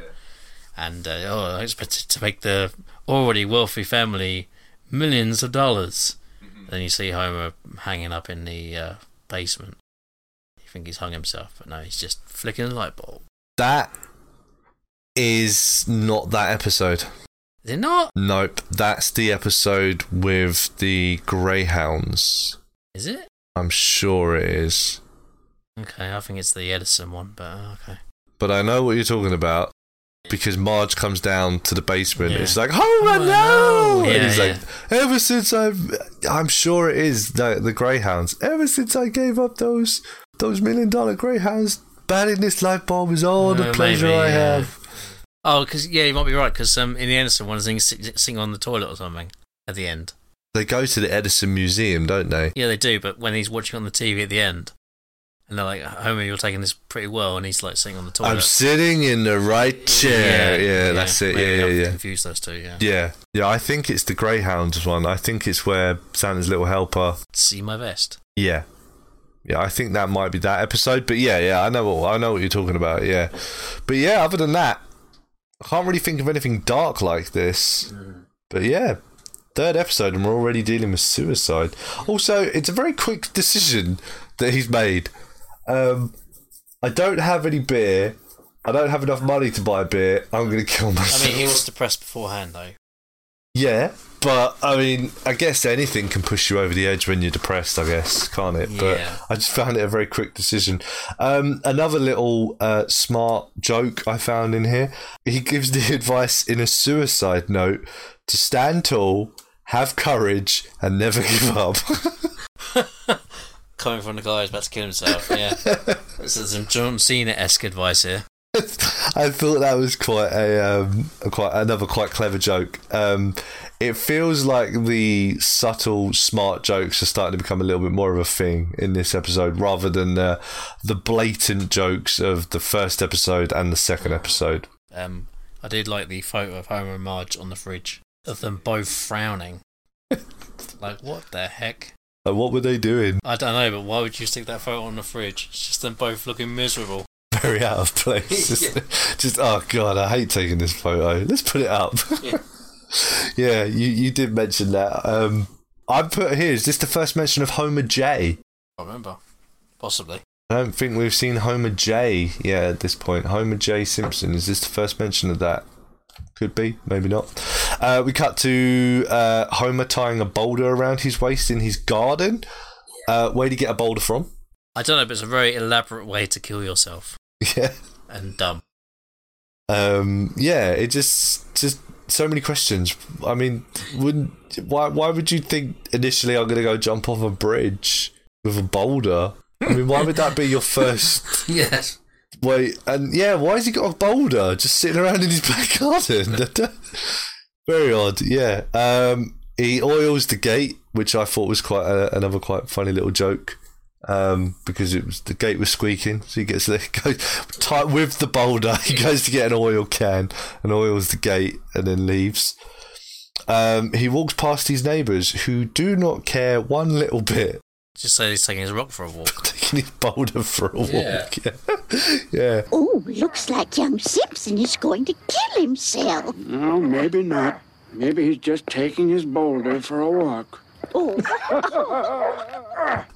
B: And uh, oh, I expected to make the already wealthy family millions of dollars. Then you see Homer hanging up in the uh, basement. You think he's hung himself, but no, he's just flicking a light bulb.
A: That is not that episode.
B: Is it not?
A: Nope, that's the episode with the greyhounds.
B: Is it?
A: I'm sure it is,
B: Okay, I think it's the Edison one, but uh, okay.
A: but I know what you're talking about. Because Marge comes down to the basement,
B: Yeah.
A: it's like, "Oh, I
B: Oh,
A: know!"
B: no.
A: and
B: Yeah,
A: he's
B: yeah.
A: like, "Ever since I've, I'm sure it is the, the greyhounds. Ever since I gave up those those million dollar greyhounds, batting this light bulb is all the
B: Uh,
A: pleasure
B: maybe,
A: I
B: yeah.
A: have."
B: Oh, because yeah, you might be right. Because um, in the Anderson one, sing sing on the toilet or something at the end.
A: They go to the Edison Museum, don't they?
B: Yeah, they do. But when he's watching on the TV at the end, and they're like, "Homer, you're taking this pretty well," and he's like sitting on the toilet.
A: I'm sitting in the right chair. Yeah, that's it.
B: Maybe
A: Yeah,
B: I've
A: yeah, yeah.
B: Confused those two. Yeah.
A: Yeah, yeah. I think it's the Greyhounds one. I think it's where Santa's Little Helper.
B: See my vest.
A: Yeah, yeah. I think that might be that episode. But yeah, yeah. I know what I know what you're talking about. Yeah, but yeah. Other than that, I can't really think of anything dark like this. But yeah, third episode, and we're already dealing with suicide. Also, it's a very quick decision that he's made. Um, I don't have any beer. I don't have enough money to buy a beer. I'm gonna kill myself.
B: I mean, he was depressed beforehand, though.
A: Yeah, but I mean, I guess anything can push you over the edge when you're depressed. I guess, can't it? But
B: Yeah.
A: I just found it a very quick decision. Um, another little uh, smart joke I found in here. He gives the advice in a suicide note to stand tall, have courage, and never give up.
B: Coming from the guy who's about to kill himself. Yeah. this is some John Cena-esque advice here.
A: I thought that was quite a, um, a quite another quite clever joke. Um, it feels like the subtle smart jokes are starting to become a little bit more of a thing in this episode, rather than uh, the blatant jokes of the first episode and the second episode.
B: Um, I did like the photo of Homer and Marge on the fridge of them both frowning. like, what the heck?
A: Like, what were they doing?
B: I don't know, but why would you stick that photo on the fridge? It's just them both looking miserable.
A: Very out of place. Just, just, oh god, I hate taking this photo. Let's put it up. Yeah, you, you did mention that. Um, I put here. Is this the first mention of Homer J?
B: I remember. Possibly.
A: I don't think we've seen Homer J yet at this point. Homer J Simpson. Is this the first mention of that? Could be, maybe not. Uh, we cut to uh, Homer tying a boulder around his waist in his garden. Uh, where'd he get a boulder from?
B: I don't know, but it's a very elaborate way to kill yourself
A: Yeah.
B: and dumb.
A: um yeah it just just so many questions i mean wouldn't why why would you think initially i'm gonna go jump off a bridge with a boulder i mean why would that be your first
B: Yes.
A: wait and yeah why has he got a boulder just sitting around in his back garden very odd yeah um he oils the gate which i thought was quite a, another quite funny little joke um, because it was the gate was squeaking, so he gets he goes tight with the boulder. He goes to get an oil can and oils the gate, and then leaves. Um, he walks past his neighbours who do not care one little bit
B: Just say he's taking his rock for a walk.
A: taking his boulder for a
B: Yeah.
A: walk. Yeah. yeah,
H: Oh, looks like young Simpson is going to kill himself.
K: No, maybe not. Maybe he's just taking his boulder for a walk.
H: Oh,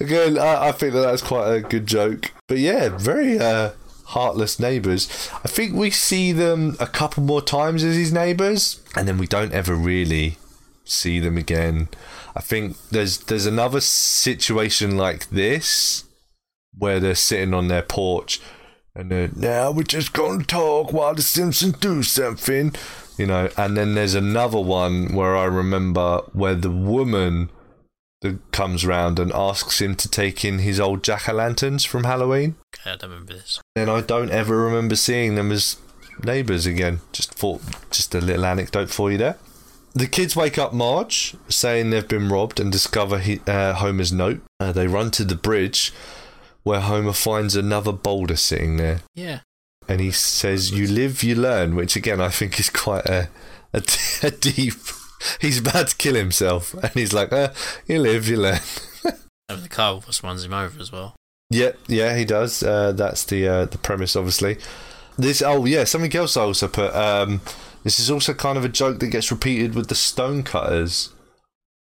A: Again, I, I think that that's quite a good joke. But yeah, very uh, heartless neighbours. I think we see them a couple more times as his neighbours, and then we don't ever really see them again. I think there's there's another situation like this where they're sitting on their porch and they're now we're just gonna talk while the Simpsons do something, you know. And then there's another one where I remember where the woman that comes round and asks him to take in his old jack o' lanterns from Halloween.
B: Okay, I don't remember this.
A: Then I don't ever remember seeing them as neighbours again. Just thought, just a little anecdote for you there. The kids wake up Marge, saying they've been robbed, and discover he, uh, Homer's note. Uh, they run to the bridge, where Homer finds another boulder sitting there,
B: Yeah.
A: and he says, "You live, you learn," which again I think is quite a a, a deep. He's about to kill himself, and he's like, uh, "You live, you learn."
B: And the car almost runs him over as well.
A: Yeah, yeah, he does. Uh, that's the uh, the premise, obviously. This oh yeah, something else I also put. Um, this is also kind of a joke that gets repeated with the stonecutters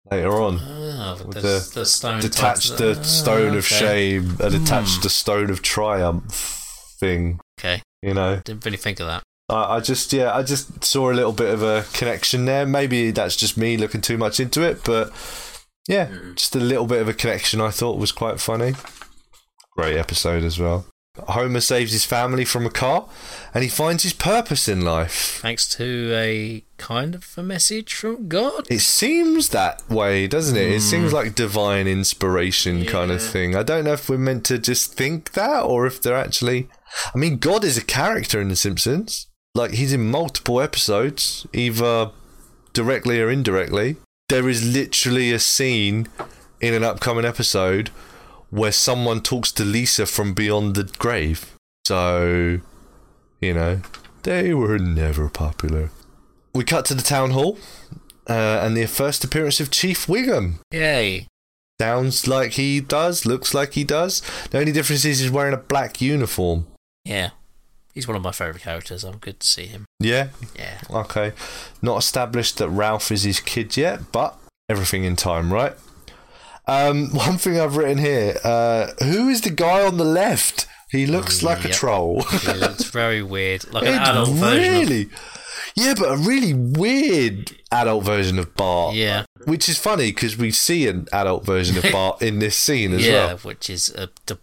A: later on.
B: Ah,
A: With
B: the,
A: the-
B: the stone
A: Detach
B: types-
A: the
B: Ah,
A: stone of
B: okay. Hmm.
A: shame and attach the stone of triumph thing.
B: Okay.
A: You know,
B: Didn't really think of that.
A: I, I just yeah, I just saw a little bit of a connection there. Maybe that's just me looking too much into it, but yeah, just a little bit of a connection I thought was quite funny. Great episode as well. Homer saves his family from a car, and he finds his purpose in life.
B: Thanks to a kind of a message from God.
A: It seems that way, doesn't it? It seems like divine inspiration kind of thing. I don't know if we're meant to just think that or if they're actually. I mean, God is a character in The Simpsons. Like, he's in multiple episodes, either directly or indirectly. There is literally a scene in an upcoming episode where someone talks to Lisa from beyond the grave. So, you know, they were never popular. We cut to the town hall uh, and the first appearance of Chief Wiggum.
B: Yay.
A: Sounds like he does, looks like he does. The only difference is he's wearing a black uniform.
B: Yeah. He's one of my favourite characters. I'm good to see him.
A: Yeah,
B: Yeah.
A: okay. Not established that Ralph is his kid yet, but everything in time, right? Um, one thing I've written here uh, who is the guy on the left? He looks
B: Mm,
A: like a
B: yep.
A: troll.
B: He looks very weird. Like an
A: It's
B: adult version.
A: really, yeah, but a really weird adult version of Bart,
B: Of, yeah.
A: which is funny because we see an adult version of Bart in this scene as
B: Yeah,
A: well.
B: which is a, de-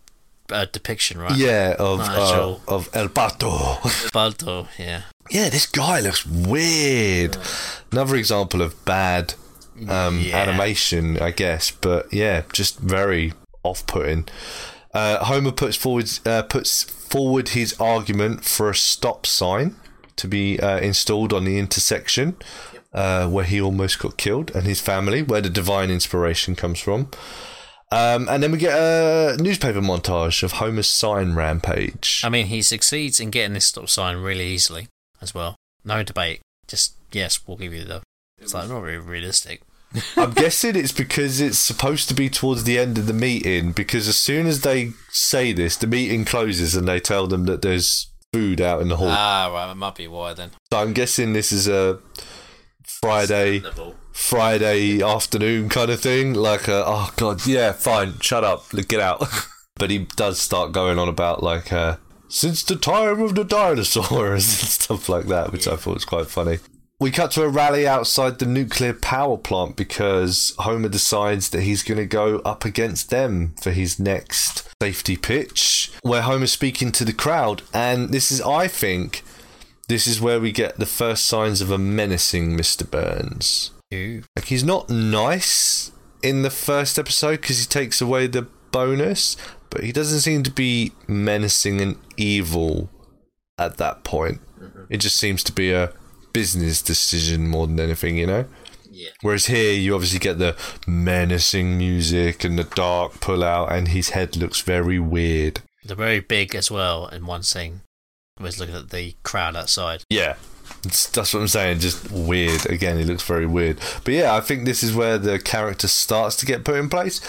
B: a depiction, right?
A: Yeah, of
B: Not
A: uh,
B: sure.
A: of El Pato.
B: Balto, yeah.
A: yeah, this guy looks weird. Another example of bad um,
B: Yeah.
A: animation, I guess. But yeah, just very off-putting. Uh, Homer puts forward uh, puts forward his argument for a stop sign to be uh, installed on the intersection uh, where he almost got killed and his family, where the divine inspiration comes from. Um, and then we get a newspaper montage of Homer's sign rampage.
B: I mean, he succeeds in getting this stop sign really easily as well. No debate. Just, yes, we'll give you the. It's like, not really realistic.
A: I'm guessing it's because it's supposed to be towards the end of the meeting. Because as soon as they say this, the meeting closes and they tell them that there's food out in the hall.
B: Ah, right, that might be why then.
A: so I'm guessing this is a Friday,
B: Level.
A: Friday afternoon kind of thing. Like, a, oh god, yeah, fine, shut up, look, get out. but he does start going on about like. Uh, since the time of the dinosaurs and stuff like that, which I thought was quite funny. We cut to a rally outside the nuclear power plant because Homer decides that he's going to go up against them for his next safety pitch, where Homer's speaking to the crowd. And this is, I think, this is where we get the first signs of a menacing Mr. Burns.
B: Ew.
A: Like, he's not nice in the first episode because he takes away the bonus, but he doesn't seem to be menacing and evil at that point. It just seems to be a business decision more than anything, you know?
B: Yeah.
A: Whereas here, you obviously get the menacing music and the dark pull out, and his head looks very weird.
B: They're very big as well in one scene. I was looking at the crowd outside.
A: Yeah. It's, that's what I'm saying. Just weird. Again, it looks very weird. But yeah, I think this is where the character starts to get put in place.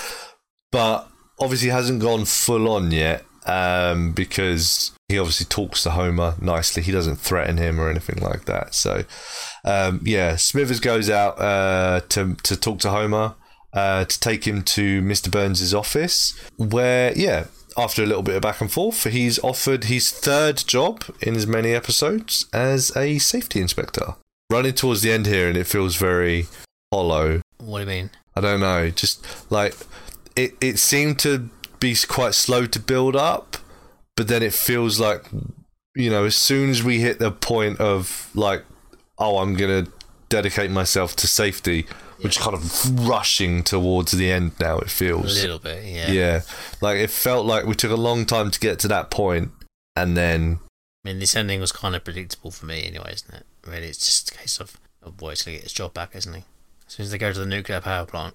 A: But obviously hasn't gone full on yet um, because he obviously talks to Homer nicely. He doesn't threaten him or anything like that. So um, yeah, Smithers goes out uh, to, to talk to Homer. Uh, to take him to Mr. Burns' office, where, yeah, after a little bit of back and forth, he's offered his third job in as many episodes as a safety inspector. Running towards the end here, and it feels very hollow.
B: What do you mean?
A: I don't know, just like it, it seemed to be quite slow to build up, but then it feels like, you know, as soon as we hit the point of like, oh, I'm going to dedicate myself to safety, which kind of rushing towards the end now, it
B: A
A: feels.
B: little bit, yeah.
A: Yeah. Like it felt like we took a long time to get to that point and then
B: I mean, this ending was kind of predictable for me anyway, isn't it? Really, it's just a case of, oh boy, he's going to get his job back, isn't he? As soon as they go to the nuclear power plant,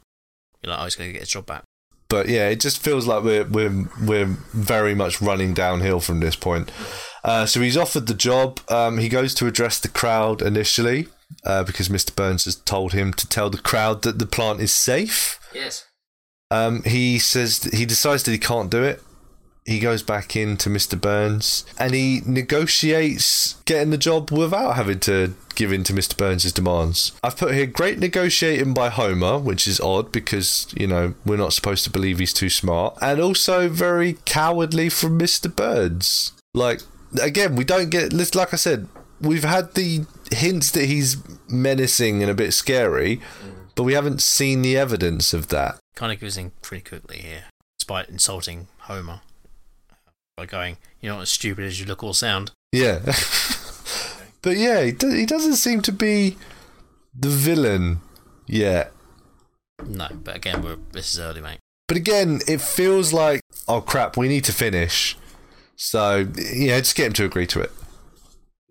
B: you're like, oh, he's going to get his job back.
A: but yeah, it just feels like we're we're we're very much running downhill from this point. Uh, so he's offered the job. Um, he goes to address the crowd initially uh, because Mr. Burns has told him to tell the crowd that the plant is safe.
B: Yes.
A: Um, he says that he decides that he can't do it. He goes back in to Mr. Burns and he negotiates getting the job without having to give in to Mr. Burns' demands. I've put here great negotiating by Homer, which is odd because, you know, we're not supposed to believe he's too smart, and also very cowardly from Mr. Burns. Like, again, we don't get, let's- like I said, we've had the hints that he's menacing and a bit scary, but we haven't seen the evidence of that.
B: Kind of goes in pretty quickly here, despite insulting Homer uh, by going, you're not as stupid as you look or sound.
A: Yeah. but yeah, he, do- he doesn't seem to be the villain yet.
B: No, but again, we're, this is early, mate.
A: But again, it feels like, oh crap, we need to finish. So, yeah, just get him to agree to it.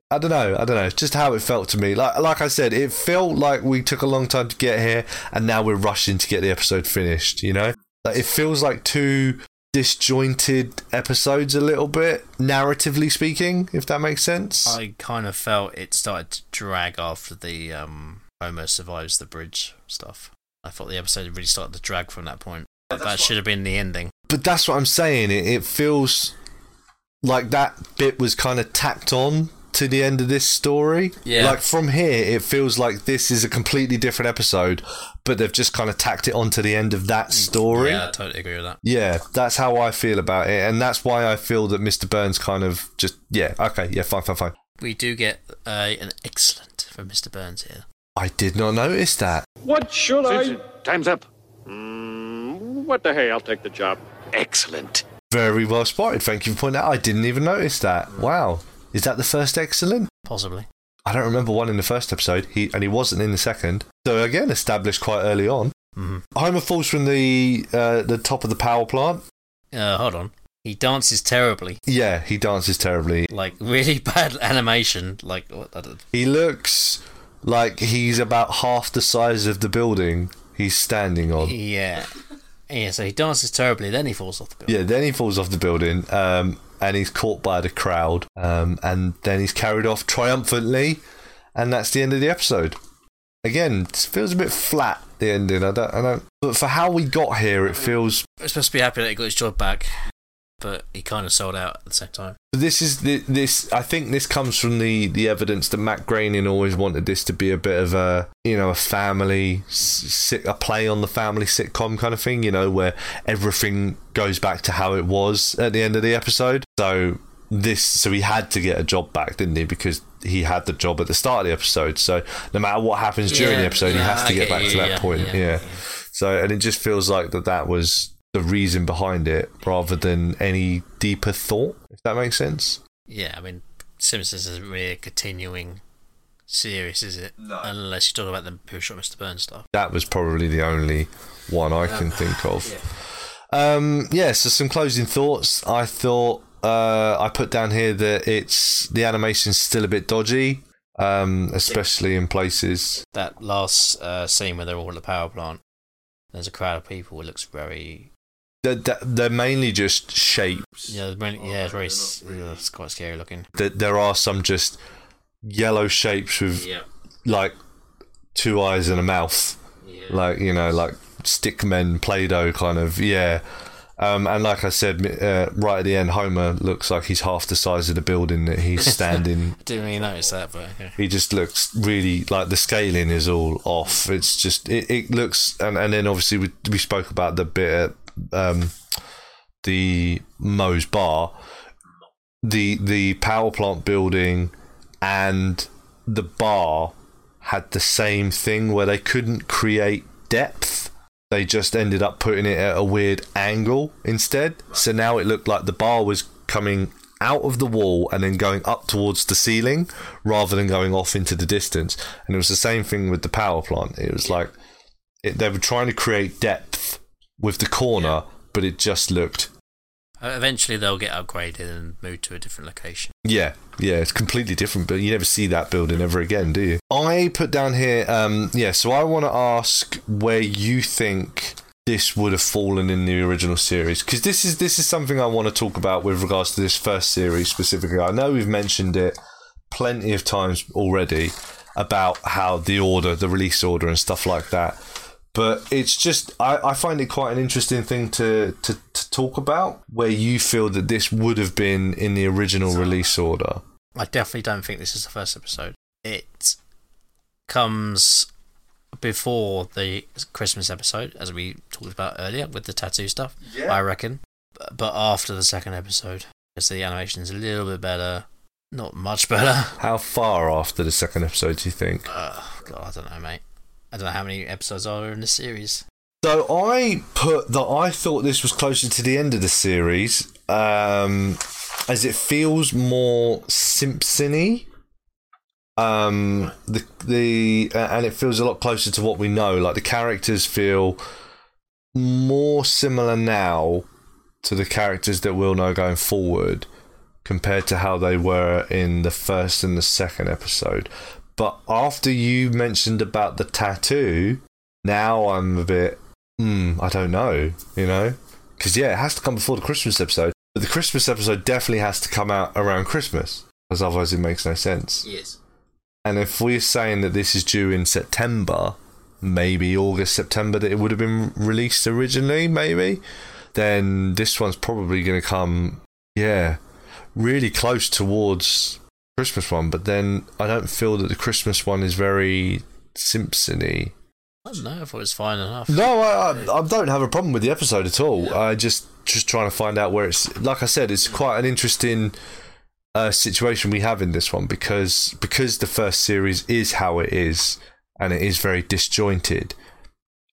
A: I don't know. I don't know. Just how it felt to me. Like, like I said, it felt like we took a long time to get here, and now we're rushing to get the episode finished. You know, like it feels like two disjointed episodes a little bit, narratively speaking, if that makes sense.
B: I kind of felt it started to drag after the um, Homer survives the bridge stuff. I thought the episode really started to drag from that point. that should have been the ending.
A: but that's what I'm saying. It, it feels like that bit was kind of tacked on to the end of this story.
B: Yeah.
A: Like from here, it feels like this is a completely different episode, but they've just kind of tacked it on to the end of that story.
B: Yeah, I totally agree with that.
A: Yeah, that's how I feel about it, and that's why I feel that Mr. Burns kind of just yeah okay yeah fine fine fine.
B: We do get uh, an excellent from Mr. Burns here.
A: I did not notice that.
D: What should I?
J: Simpson, time's up.
D: Mm, what the hey? I'll take the job.
J: Excellent.
A: Very well spotted. Thank you for pointing that. out. I didn't even notice that. Wow, is that the first excellent?
B: Possibly.
A: I don't remember one in the first episode, he and he wasn't in the second. So again, established quite early on.
B: Mhm.
A: Homer falls from the uh, the top of the power plant.
B: Uh, hold on. He dances terribly.
A: Yeah, he dances terribly.
B: Like, really bad animation. Like, what, I don't-
A: He looks like he's about half the size of the building he's standing on.
B: yeah. uh, Yeah, so he dances terribly, then he falls off the building.
A: Yeah, then he falls off the building, um, and he's caught by the crowd, um, and then he's carried off triumphantly, and that's the end of the episode. Again, it feels a bit flat the ending. I don't, I don't. But for how we got here, it feels.
B: We're supposed to be happy that he got his job back, but he kind of sold out at the same time.
A: This is the, this. I think this comes from the the evidence that Matt Groening always wanted this to be a bit of a you know a family sit a play on the family sitcom kind of thing. You know where everything goes back to how it was at the end of the episode. So this so he had to get a job back didn't he because he had the job at the start of the episode so no matter what happens during
B: Yeah,
A: the episode he
B: yeah,
A: has to
B: I
A: get
B: get
A: back
B: you,
A: to that
B: yeah,
A: point yeah.
B: yeah,
A: so and it just feels like that that was the reason behind it rather than any deeper thought if that makes sense
B: Yeah, I mean, Simpsons isn't really a continuing series, is it? No. Unless you talk about the Who Shot Mr. Burns stuff.
A: that was probably the only one I can think of. Um, yeah, so some closing thoughts. I thought uh, I put down here that it's the animation's still a bit dodgy, um, especially in places.
B: That last uh, scene where they're all at the power plant, there's a crowd of people. It looks very,
A: They're, they're- they're mainly just shapes.
B: yeah, it's very- yeah, it's very, s- yeah, it's quite scary looking.
A: That there are some just yellow shapes with
B: Yeah,
A: like two eyes and a mouth, like you know, like stick men, play-doh kind of, yeah. Um, and like I said, m- uh, right at the end, Homer looks like he's half the size of the building that he's standing.
B: I didn't really notice that, but yeah.
A: he just looks really like the scaling is all off. It's just it, it looks, and, and then obviously we we spoke about the bit at um, the Moe's bar, the the power plant building, and the bar had the same thing where they couldn't create depth. They just ended up putting it at a weird angle instead. So now it looked like the bar was coming out of the wall and then going up towards the ceiling rather than going off into the distance. And it was the same thing with the power plant. It was like it, they were trying to create depth with the corner, but it just looked
B: Uh, Eventually, they'll get upgraded and moved to a different location.
A: Yeah, yeah, it's completely different, but you never see that building ever again, do you? I put down here, um, yeah, so I want to ask where you think this would have fallen in the original series because this is this is something I want to talk about with regards to this first series specifically. I know we've mentioned it plenty of times already about how the order, the release order, and stuff like that. But it's just I, I find it quite an interesting thing to, to to talk about where you feel that this would have been in the original release order.
B: I definitely don't think this is the first episode. It comes before the Christmas episode, as we talked about earlier with the tattoo stuff. Yeah. I reckon, B- but after the second episode, because the animation's a little bit better, not much better.
A: How far after the second episode do you think?
B: Uh, God, I don't know, mate. I don't know how many episodes are there in this series.
A: So I put that I thought this was closer to the end of the series, um, as it feels more Simpsony. Um, the the uh, and it feels a lot closer to what we know. Like the characters feel more similar now to the characters that we'll know going forward, compared to how they were in the first and the second episode. But after you mentioned about the tattoo, now I'm a bit mm, I don't know, you know? Because, yeah, it has to come before the Christmas episode. But the Christmas episode definitely has to come out around Christmas, because otherwise it makes no sense.
B: Yes.
A: And if we're saying that this is due in September, maybe August, September, that it would have been released originally, maybe, then this one's probably going to come, yeah, really close towards Christmas one. But then I don't feel that the Christmas one is very Simpson-y.
B: I don't know if it was fine enough.
A: No, I, I, I don't have a problem with the episode at all. I just just trying to find out where it's. Like I said, it's quite an interesting uh, situation we have in this one because because the first series is how it is and it is very disjointed.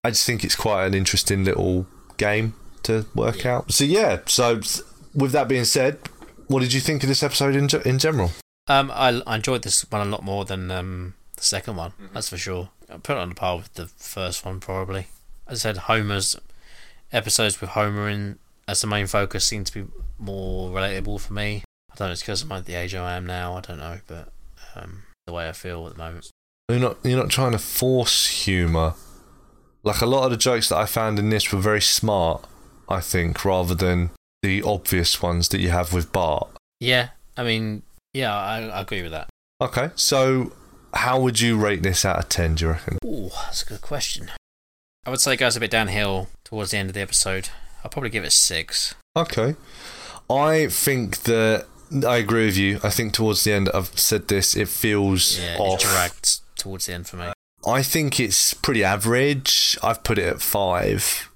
A: I just think it's quite an interesting little game to work out. So yeah. So with that being said, what did you think of this episode in ge- in general?
B: Um, I, I enjoyed this one a lot more than um the second one. That's for sure. I put it on par with the first one probably. As I said, Homer's episodes with Homer in as the main focus seem to be more relatable for me. I don't know. It's because I'm at the age I am now. I don't know, but um, the way I feel at the moment.
A: You're not you're not trying to force humor. Like a lot of the jokes that I found in this were very smart, I think, rather than the obvious ones that you have with Bart.
B: Yeah, I mean, yeah, I, I agree with that.
A: Okay, so how would you rate this out of ten? Do you reckon?
B: Ooh, that's a good question. I would say it goes a bit downhill towards the end of the episode. I'll probably give it six.
A: Okay. I think that I agree with you. I think towards the end, I've said this, it feels
B: Yeah,
A: off.
B: it dragged towards the end for me.
A: I think it's pretty average. I've put it at five,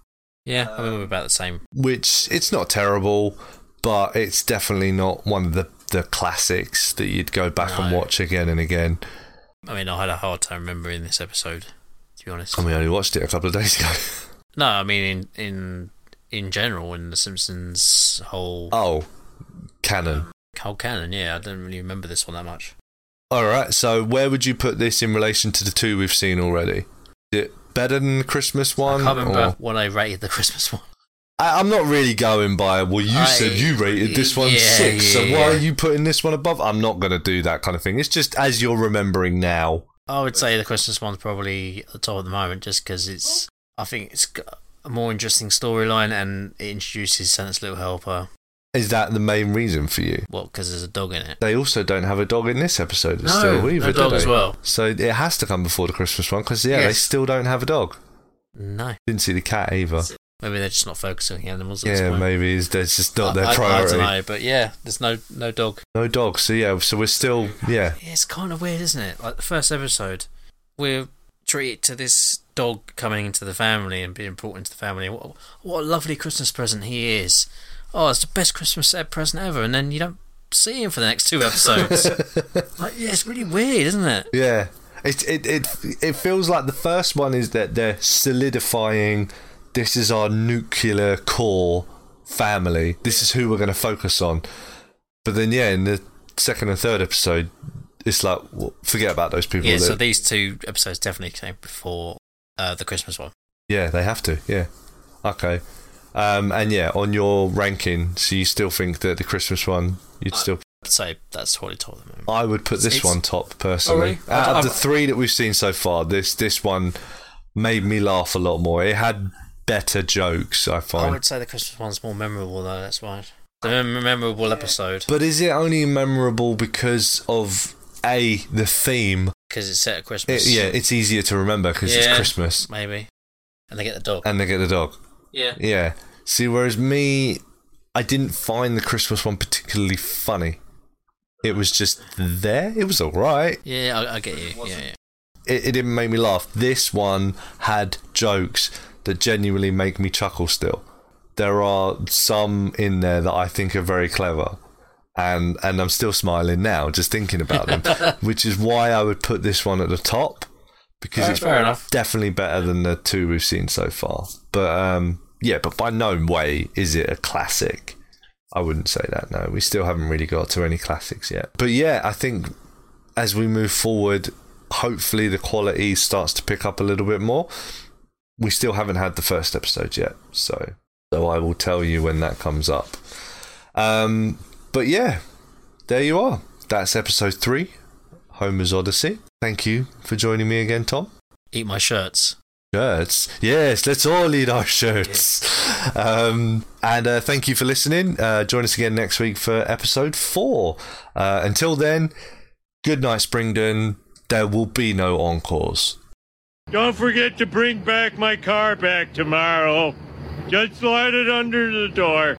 B: Yeah, I mean we're about the same.
A: which it's not terrible, but it's definitely not one of the, the classics that you'd go back and
B: No.
A: watch again and again.
B: I mean I had a hard time remembering this episode, to be honest.
A: And we only watched it a couple of days ago.
B: No, I mean in in in general in the Simpsons whole
A: Oh, canon.
B: whole canon. Yeah, I don't really remember this one that much.
A: All right, so where would you put this in relation to the two we've seen already? Is it better than the Christmas one?
B: I can't remember
A: or-
B: what I rated the Christmas one.
A: I, I'm not really going by, well, you
B: I-
A: said you rated this one
B: yeah,
A: six, so
B: yeah,
A: why are
B: yeah.
A: you putting this one above? I'm not going to do that kind of thing. It's just as you're remembering now.
B: I would say the Christmas one's probably at the top at the moment, just because it's. I think it's got a more interesting storyline, and it introduces Santa's little helper.
A: Is that the main reason for you?
B: Well, because there's a dog in it.
A: They also don't have a dog in this episode. It's
B: No,
A: still
B: no
A: Weaver, do
B: dog as
A: they?
B: well.
A: So it has to come before the Christmas one because, yeah, they
B: Yes.
A: still don't have a dog.
B: No,
A: Didn't see the cat either.
B: maybe they're just not focusing on animals. At this
A: Yeah,
B: point.
A: maybe it's, that's just not
B: I-
A: their
B: I,
A: priority.
B: I, don't know, but yeah, there's no no dog.
A: no dog. So, yeah, so we're still, yeah.
B: Yeah, it's kind of weird, isn't it? Like the first episode, we're treated to this dog coming into the family and being brought into the family. What, what a lovely Christmas present he is! Oh, it's the best Christmas e- present ever. And then you don't see him for the next two episodes. like, yeah, it's really weird, isn't it?
A: Yeah, it it it it feels like the first one is that they're solidifying. This is our nuclear core family. This is who we're going to focus on. But then, yeah, in the second and third episode, it's like well, forget about those people.
B: Yeah,
A: that-
B: so these two episodes definitely came before uh, the Christmas one.
A: yeah, they have to. Yeah, okay. Um, and yeah, on your ranking, so you still think that the Christmas one, you'd still.
B: I'd say that's totally top of the moment.
A: I would put this
B: Uh, It's-
A: one top personally.
B: Oh, really?
A: Out
B: I-
A: of the
B: I-
A: three that we've seen so far, this this one made me laugh a lot more. It had better jokes, I
B: I
A: find.
B: would say the Christmas one's more memorable, though, that's why. The mem- memorable episode,
A: but is it only memorable because of a the theme?
B: because it's set at Christmas.
A: It, yeah, it's easier to remember because
B: Yeah.
A: it's Christmas
B: Maybe. And they get the dog.
A: and they get the dog.
B: Yeah.
A: Yeah. See, whereas me, I didn't find the Christmas one particularly funny. It was just there. It was all right.
B: Yeah, I, I get you. Yeah, yeah.
A: it, it didn't make me laugh. This one had jokes that genuinely make me chuckle still. There are some in there that I think are very clever. And and I'm still smiling now, just thinking about them. which is why I would put this one at the top. Because
B: Alright,
A: it's
B: fair enough.
A: definitely better than the two we've seen so far. But um yeah, but by no way is it a classic. I wouldn't say that, no. We still haven't really got to any classics yet. But yeah, I think as we move forward, hopefully the quality starts to pick up a little bit more. We still haven't had the first episode yet, so so I will tell you when that comes up. Um, but yeah, there you are. That's episode three, Homer's Odyssey. Thank you for joining me again, Tom.
B: Eat my shirts.
A: Shirts, yes, let's all eat our shirts. Um, and uh, thank you for listening. Uh, join us again next week for episode four. Uh, until then, good night, Springdon. There will be no encores.
D: Don't forget to bring back my car back tomorrow. Just slide it under the door.